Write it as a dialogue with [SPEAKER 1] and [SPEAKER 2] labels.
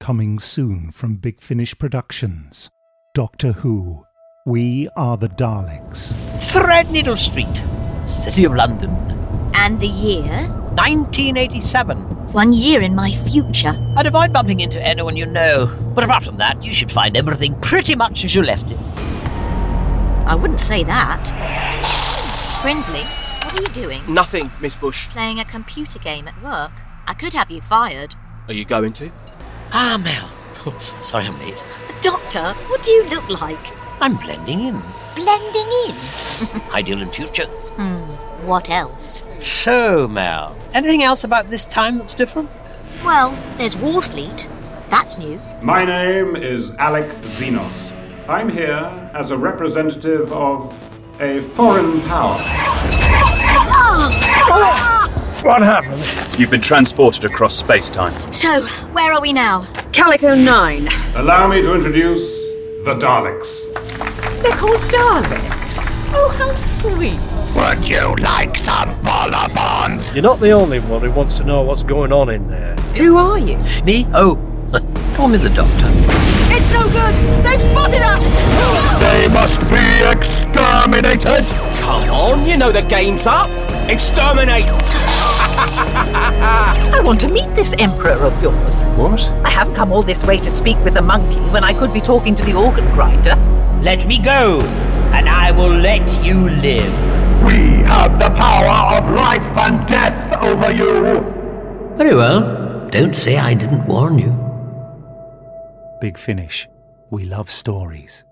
[SPEAKER 1] Coming soon from Big Finish Productions. Doctor Who. We are the Daleks.
[SPEAKER 2] Threadneedle Street, City of London,
[SPEAKER 3] And the year?
[SPEAKER 2] 1987.
[SPEAKER 3] One year in my future.
[SPEAKER 2] I'd avoid bumping into anyone you know, but apart from that, you should find everything pretty much as you left it.
[SPEAKER 3] I wouldn't say that. Brinsley, what are you doing?
[SPEAKER 4] Nothing, Miss Bush.
[SPEAKER 3] Playing a computer game at work. I could have you fired.
[SPEAKER 4] Are you going to?
[SPEAKER 2] Ah, Mel. Sorry I'm late.
[SPEAKER 3] Doctor, what do you look like?
[SPEAKER 2] I'm blending in.
[SPEAKER 3] Blending in.
[SPEAKER 2] Ideal in futures.
[SPEAKER 3] What else?
[SPEAKER 2] So, Mel, anything else about this time that's different?
[SPEAKER 3] Well, there's Warfleet. That's new.
[SPEAKER 5] My name is Alec Xenos. I'm here as a representative of a foreign power.
[SPEAKER 6] What happened? You've been transported across space time.
[SPEAKER 3] So, where are we now?
[SPEAKER 7] Calico 9.
[SPEAKER 5] Allow me to introduce the Daleks.
[SPEAKER 7] They're called Daleks. Oh, how sweet.
[SPEAKER 6] You're not the only one who wants to know what's going on in there.
[SPEAKER 7] Who are you?
[SPEAKER 2] Me? Oh, call me the doctor.
[SPEAKER 7] It's no good. They've spotted us.
[SPEAKER 8] They must be exterminated!
[SPEAKER 4] Come on, you know the game's up. Exterminate!
[SPEAKER 7] I want to meet this emperor of yours.
[SPEAKER 6] What?
[SPEAKER 7] I have come all this way to speak with the monkey when I could be talking to the organ grinder.
[SPEAKER 2] Let me go, and I will let you live.
[SPEAKER 8] We have the power of life and death over you!
[SPEAKER 2] Very well. Don't say I didn't warn you.
[SPEAKER 1] Big Finish. We love stories.